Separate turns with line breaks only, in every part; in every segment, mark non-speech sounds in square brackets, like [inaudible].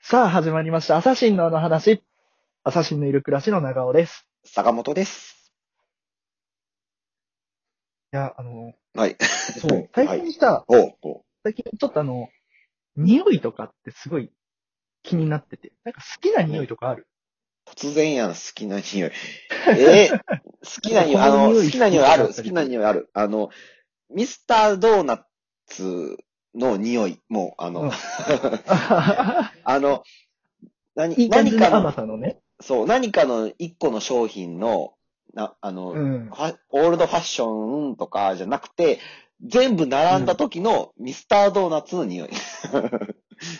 さあ、始まりました。アサシンのあの話。アサシンのいる暮らしの長尾です。
坂本です。
いや、あの、
はい。
[laughs] そう、
はい
最近さ、
おうおう
最近ちょっとあの、匂いとかってすごい気になってて。なんか好きな匂いとかある
突然やん、好きな
[laughs]
匂い。えー、好きな匂い、あの、
この匂い
好きな匂いある。
好きだった
好
り
きな匂いある。あの、ミスタードーナツの匂い。もう、あの、
うん
[laughs] あの、何、
いい感じ
何か
の甘
の、
さのね。
そう、何かの一個の商品の、な、あの、
うん。
ファオールドファッションとかじゃなくて、全部並んだ時のミスタードーナツの匂い。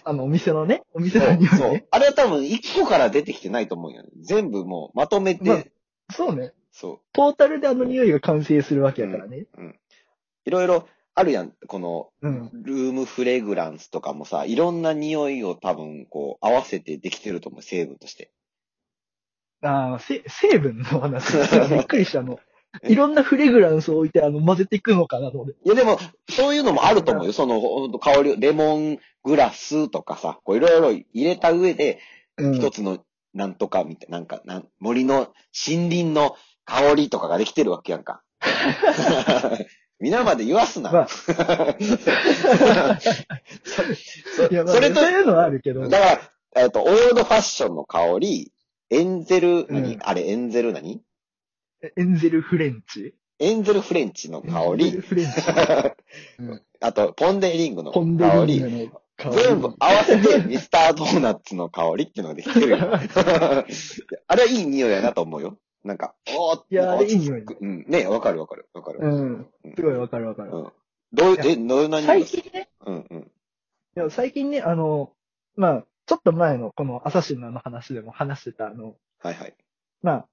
あの、お店のね、お店
そ
の
う
匂い
そう
ね。。
あれは多分一個から出てきてないと思うよね。全部もうまとめて、
まあそうね。
そ
トータルであの匂いが完成するわけやからね。
う。いろいろあるやん。この、
うん。
ルームフレグランスとかもさ、いろんな匂いを多分こう合わせてできてると思う、成分として。
ああ、せ、成分の話。びっくりしたあの。いろんなフレグランスを置いて、あの、混ぜていくのかなと思って。
いやでも、そういうのもあると思うよ。その、ほんと香り、レモングラスとかさ、こういろいろ入れた上で、
うん。
一つのなんとかみたいな、なんか、なん森の、森林の香りとかができてるわけやんか。
[laughs]
皆まで言わすな。
まあ
そ
いや、まあ、
それと
そういうのはあるけど。
だから、えっ、と、オールドファッションの香り、エンゼル、何、
うん
あれ、エンゼル何
エンゼルフレンチ。
エンゼルフレンチの香
エンゼル
り、
フレンチ。うん
[laughs] あと、ポンデリングの香
ポ
り
ン、デリングの香り。
全部合わせてミスタードーナツの香りっていうのができてるよ。
[laughs]
あれはいい匂いやなと思うよ。なんか、おーって
いや、あれいい匂い。
うん。ねわかるわかるわかる。
うん。すごいわかるわかる
う。ん。どういう、
い
え、どういう何
最近ね、
うんうん。
いや最近ね、あの、まあ、ちょっと前のこのアサシンのあの話でも話してた、あの、
はいはい。
まあ、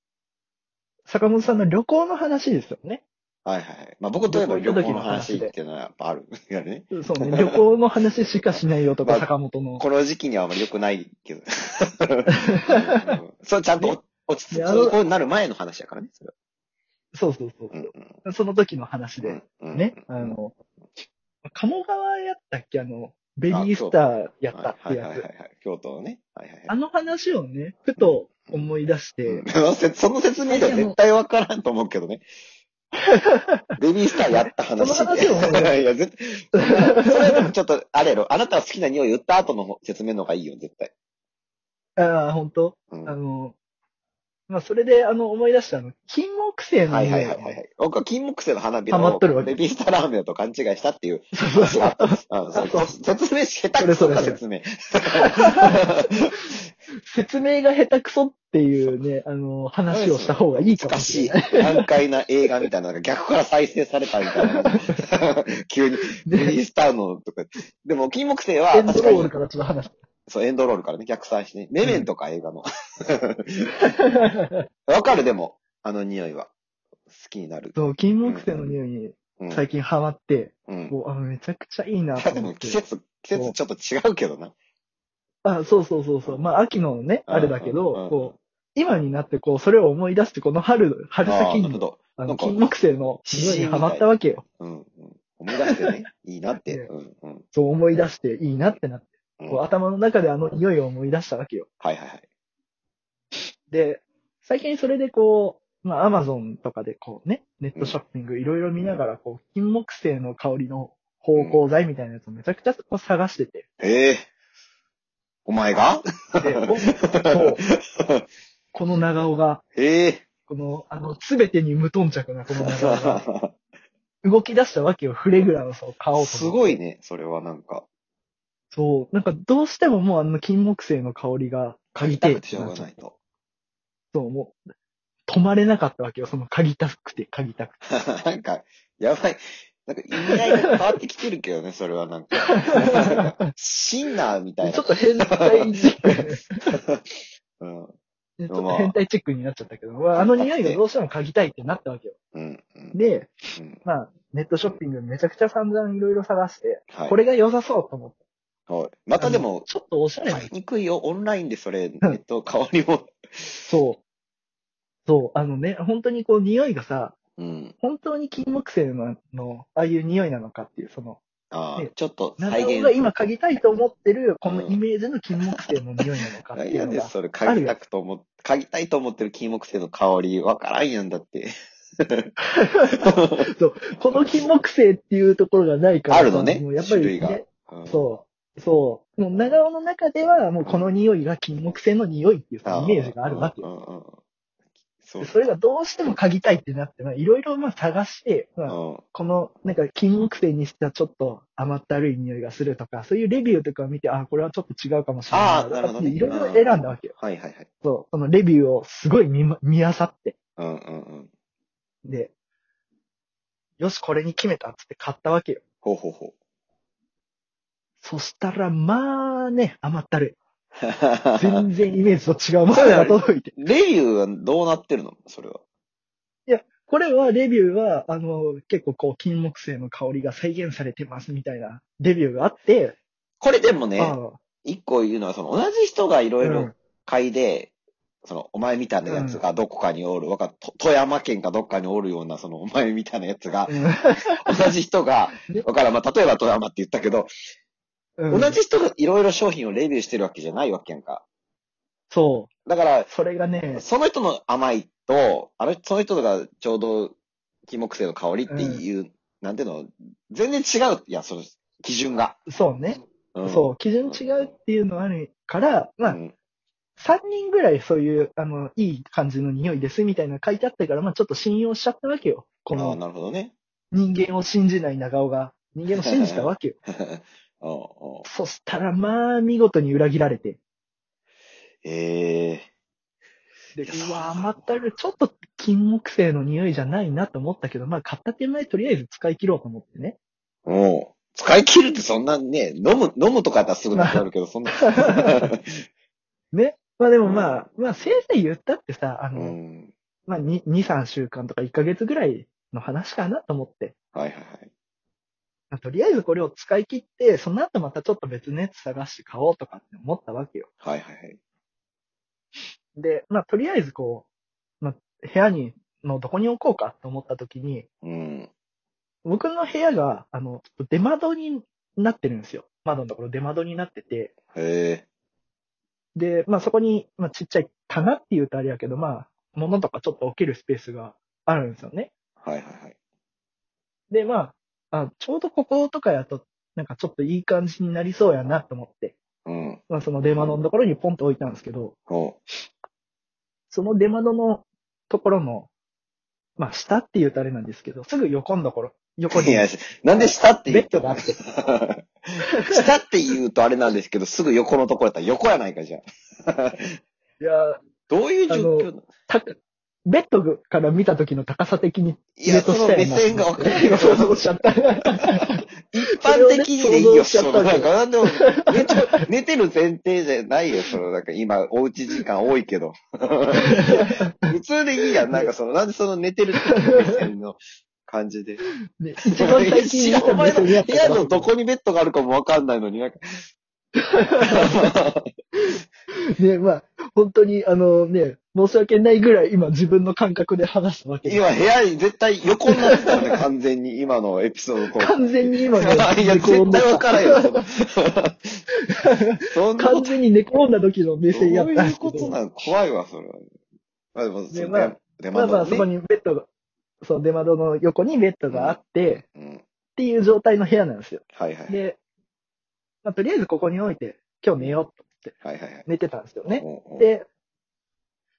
坂本さんの旅行の話ですよね。
はいはいはい。まあ僕といえば
旅
旅
行行った時の
行の話
話で
っていうのはやっぱある。やね。
そう
[laughs]
ね、旅行の話しかしないよとか、
まあ
坂本の。
この時期にはあんまり良くないけど。うんうんそう、ちゃんとお落ち着
い
く
やあの
こうなる前の話やからね、それは。
[laughs] そうそうそうう。
ん
その時の話
う
で
ん。うん。
ね、
う
あ
ん。
の、鴨川やったっけあの、ベビースターやったって
はい
や
はいはい
つ。
はい。京都のね。はいはい
あ
はい。
の話をね、ふと思い出して、
うん [laughs] せその説明では絶対わからんと思うけ
[laughs]
どね。ベビースターやった話。
その話を思い出し
[laughs] いや、絶それでもちょっと、あれやろ、あなたは好きな匂い言った後の説明の方がいいよ、絶対。
[laughs] ああ、本当
うん
あの、まあ、それで、あの、思い出した、あの、金木犀の
はい
匂
はいい
が
は
ね、
いはい。僕は金木犀の花火
ハマっとるわ
の
け
ベビースターラーメンだと勘違いしたっていう
そうそうそ
話があ
う
ったんです。うんそう
そう
説明し、下手くそか
それ
説明。 [laughs]
説明が下手くそっていうね、あの、話をした方がいいか
難
もし
しい
れない。、
難解な映画みたいなのが逆から再生されたみたい
[laughs]
な。急に、ベビースターのとか。でも、金木犀は
エンド
確か
ロール
に、
からちょっと話し
そう、エンドロールからね、逆算してね。メメンとか映画の。
た。
わかるでも、あの匂いは。好きになる。
そう、金木犀の匂いに
うん
最近ハマって、
うん。
もう、あ、めちゃくちゃいいない
や、
と
で
思っ
も
て
季。節、季節ちょっと違うけどな。
あ、そうそうそうそう。まあ、秋のね、あれだけど
うんう、ん
こう、今になってこう、それを思い出して、この春、春
ああ
先
なるほ
に、
ど。
あ
な
の、
んか
金木犀の匂いにハマったわけよ。
うん、うん。思い出して
[laughs]
ね。いいなって。
ね
うん、うん。
そう思い出して、いいなってなって、
うん
こう
はい
頭の中であの匂いを思い出したわけよ。
はいはい。
で、最近それでこう、まあ、アマゾンとかでこうね、ネットショッピングいろいろ見ながら、こう、金木犀の香りの芳香剤みたいなやつをめちゃくちゃこう探してて。
ええお
[laughs]
前が
で、
[laughs]
おそうこの長尾が、
ええ
この、あの、すべてに無頓着なこの長尾
[laughs]
が、
ー。
動き出したわけよ、フレグランスを買おうと思って。
すごいね。それはなんか。
そう、なんかどうしてももうあの金木犀の香りが嗅ぎてえ
痛くてしょうがない
ってなっちゃって
と。 [laughs]
そう、もう、止まれなかったわけよ、その嗅ぎたくて、嗅ぎたく
[laughs]
て。
なんか、やばい。なんか意味合いが変わってきてるけどね、それはなんか。シンナーみたい
ちょ
な
っ。と変態チック、
[laughs] う
ち
ん。
ょっと変態チックになっちゃったけど、まあ、あの匂いがどうしても嗅ぎたいってなったわけよ。
うん。うん。
で、
うん
まあ、ネットショッピングめちゃくちゃ散々いろいろ探して、
はい
これが良さそうと思って。
はい。またで
あの
も、
ちょっとおしゃれな
買い。にくいよ。オンラインでそれ、えっと、代わりも。
そう。そう、あのね、本当にこう匂いがさ、
うん。
本当に金木犀の、のああいう匂いなのかっていう、その、
ああ、
ね
ちょっと
長
再
尾が
現。
今嗅ぎたいと思ってる、このイメージの金木犀の匂いなのかっていう
嫌
の
で
が
す、。それ。嗅ぎたくと思っ、嗅ぎたいと思ってる金木犀の香り、わからんやん
[laughs]
だって。
この金木犀っていうところがないから。
あるのね
もうやっ、ぱ
種
り、
類が
ね。。
うん
そう。そう。もう長尾の中では、もうこの匂いが金木犀の匂いっていう
あ
イ
あ
メージがあるわけ
う
よ。
んうんうんそう。
それがどうしても嗅ぎたいってなって、まあいろいろまあ探して、まあ
うん
この、なんか、金木犀にしたちょっと甘ったるい匂いがするとか、そういうレビューとかを見て、あ、これはちょっと違うかもしれ
あ
な
あ、
いな
なる
と
ほ
かっ
ど
て
ね。
いろいろ選んだわけよ。
はいはいはい。
そう、そのレビューをすごい見ま、見あさって、
うんうんうん。
で、よし、これに決めたっつって買ったわけよ。
ほうほうほう。
そしたら、まあね、甘ったるい。全
レ
然イメージと違うものが届
[laughs]
いて。
ビューはどうなってるのそれは。
これは、レビューは、あの、結構こう、金木犀の香りが再現されてますみたいな、レビューがあって、
これでもね、
ああ、
一個言うのは、その同じ人がいろいうろ
ん
嗅いで、その、お前みたいなやつがどこかにおる、わかと富山県かどっかにおるような、その、お前みたいなやつが、同じ人が
ね、
わからん、まあ、例えば富山って言ったけど、
うん
同じ人がいろいろ商品をレビューしてるわけじゃないわけやんか。
そ
だから
う。、それがね、
その人の甘いと、あの、その人がちょうど、金木犀の香りっていう、なんていうの、全然違う、いや、その、基準が。
そうね。
うん、
そう、基準違うっていうのはあるから、
う
まあ、
ん。
3人ぐらいそういう、あの、いい感じの匂いですみたいなの書いてあったから、まあ、ちょっと信用しちゃったわけよ。こ
ああ、
の
なるほどね。 [laughs]
人間を信じない長尾が、人間を信じたわけよ。
うんうん
そしたら、まあ、見事に裏切られて。
ええ
で、
いやそう
うわ、甘ったるい、ちょっと金木犀の匂いじゃないなと思ったけど、まあ、買った手前とりあえず使い切ろうと思ってね。
もう、使い切るってそんなね、飲む、飲むとかだったらすぐなくなるけ
[laughs]
ど、そんな。
ね。まあでもまあ、まあ先生言ったってさ、あ
う
の、
ん。
まあ2、2、3週間とか1ヶ月ぐらいの話かなと思って。
はいはいはい。
まあとりあえずこれを使い切って、その後またちょっと別のやつ探して買おうとかって思ったわけよ。
はいはいはい。
で、まあ、とりあえずこう、まあ、部屋に、のどこに置こうかと思った時に、
うん。
僕の部屋が、あの、ちょっと出窓になってるんですよ。窓のところ出窓になってて。
へえ。
で、まあ、そこに、まあ、ちっちゃい棚って言うとあれやけど、まあ、物とかちょっと置けるスペースがあるんですよね。
はいはいはい。
で、まあ、あちょうどこことかやと、なんかちょっといい感じになりそうやなと思って、
うん。
まあ、その出窓のところにポンと置いたんですけど、
ほ
その出窓のところの、まあ、下っていうとあれなんですけど、すぐ横のところ、横
う。 [laughs] い
に
や、なんで下って
ベッド
言う
があって、
[laughs] 下って言うとあれなんですけど、すぐ横のところやったら横やないかじゃん。
いや、
どういう状況なの
たベッドから見た時の高さ的に、
いや、その目線がわかんない。
想像しちゃった。
一般的にでいいよ、
そ
そ
れをね
の、なんか、なんでも寝て、寝てる前提じゃないよ、その、なんか今、おうち時間多いけど。 [laughs] 普通でいいやん、なんかその、なんでその寝てる目線の感じで。
ね一番最近見た
お前の
目
部
線
屋のどこにベッドがあるかもわかんないのに、なんか。
ね、まあ、本当に、あのね、申し訳ないぐらい今自分の感覚で話したわけです。
今、部屋に絶対横になってた
[laughs]
よね、完全に、今のエピソードと。
完全に今ね、
いや、絶対わからん
[laughs]
よ、そのそんなこと
完全に寝込んだ時の目
どう
線やったん
い
で
う
すけ
こと
ど。
なの怖いわ、それは。まあでも、それ
まあ
出
まあ
窓
まあ、
ね
そこにベッドが、そう、出窓の横にベッドがあって、っ
うん。
ていう状態の部屋なんですよ。
はいはい。
で、まあ、とりあえずここに置いて、今日寝ようと
はいはいはい。
寝てたんですよね。
おうおう
で、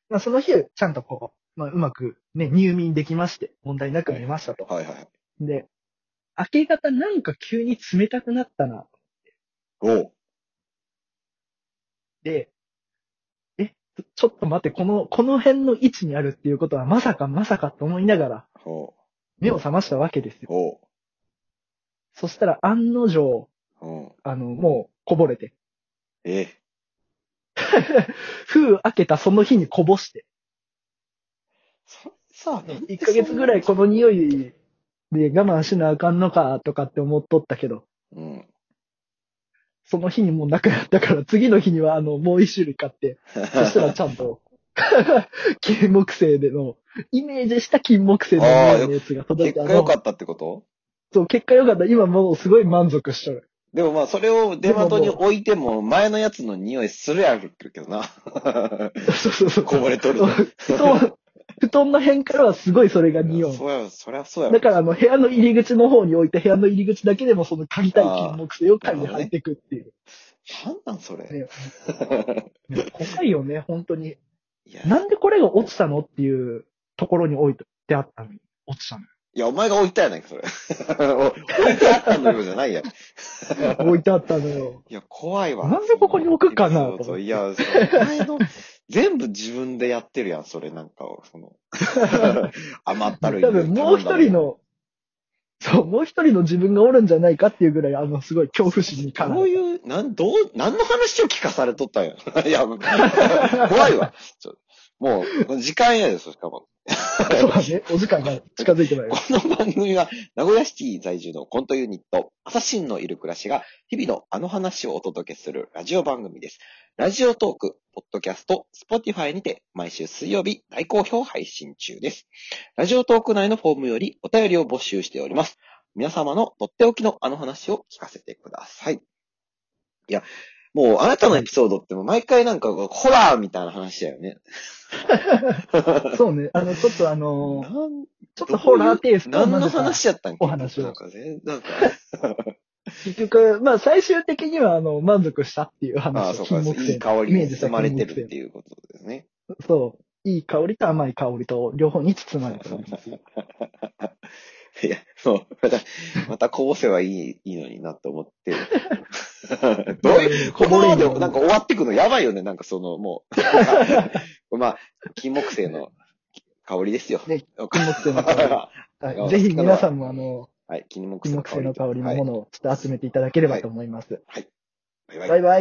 まあ、その日、ちゃんとこう、まあ、うまくね、入眠できまして、問題なく寝ましたと。
はいはい。
で、明け方なんか急に冷たくなったな。
おう
で、え、ちょっと待って、この、この辺の位置にあるっていうことはまさかまさかと思いながら
おう
目を覚ましたわけですよ。
おう
そしたら案の定、
おう
あの、もうこぼれて、
ええ。
封開けたその日にこぼして、
そさあ、
1ヶ月ぐらいこの匂いで我慢しなあかんのかとかって思っとったけど、
うん。
その日にもうなくなったから、次の日にはあの、もう一種類買って、
そ
そしたらちゃんと、 [laughs] 金木犀での、イメージした金木犀の匂いのやつが届い
結
て、あ
果良
の
か、ったってこと
そう、結果良かった。今もうすごい満足しとる。
でもまあ、それを出元に置いても、前のやつの匂いするやんけどな。
そうそうそう。
こぼれと
[laughs]
る。
布団、布団の辺からはすごいそれが匂う。
そうやろ、そりゃそうやろ。
だからあの部屋の入り口の方に置いて部屋の入り口だけでもその嗅ぎたい金木犀を嗅いで入ってくっていう。
なんなんそれ。
ねね怖いよね、本当に。
[laughs] いや、
なんでこれが落ちたのっていうところに置いてあったのに、落ちたの
いやお前が置いたやないか、それ。お置いてあったのよじゃないやん。い
よ。置いてあったの
[laughs]
よ。
や、怖いわ。
なんでここに置くかな
そうそうそういや、その前の、全部自分でやってるやん、それなんかを。その甘った
多
るい。
分もう一人。の、そう、もう一人の自分がおるんじゃないかっていうぐらい、あの、すごい恐怖心にから
どういう、なん、どう、何の話を聞かされとったんや。 [laughs] いや、もう怖いわ。ちょもう、時間やで、そしかも。
そうだね、お時間が近づいてまいりま
こ
す。
の番組は、名古屋シティ在住のコントユニット、アサシンのいる暮らしが、日々のあの話をお届けするラジオ番組です。ラジオトーク、ポッドキャスト、スポティファイにて、毎週水曜日、大好評配信中です。ラジオトーク内のフォームよりお便りを募集しております。皆様のとっておきのあの話を聞かせてください。いや、もう、あなたのエピソードってもう毎回なんか、ホラーみたいな話だよね。
そうね、あの、ちょっとあの、
なん
ちょっとホラーテイストを
何
混
の
ぜた
話やったんけ
お話を
なんかね、なんか、
結局、まあ最終的にはあの、満足したっていう話。
ああ、そう
金
か、
木犀
いい香り
イメー
に
ジした
包まれてるっていうことですね。
そう。いい香りと甘い香りと両方に包まれてる。
いや、そう、また、またこぼせばいい、いいのになって
[laughs]
思ってる。どういう、こ
こ
の
ぼ
ま
れ
ま
ん
で
の
なんか終わってくのやばいよね、なんかその、もうなんか。まあ、金木犀の香りですよ。
ね金木犀の
[laughs]
香りはいぜひ皆さんもあの、
はい、金木
金
犀の
木
香
犀
り
の
と。
香りの
はい
ものをちょっと集めていただければと思います。
バイバイ
バイバイ。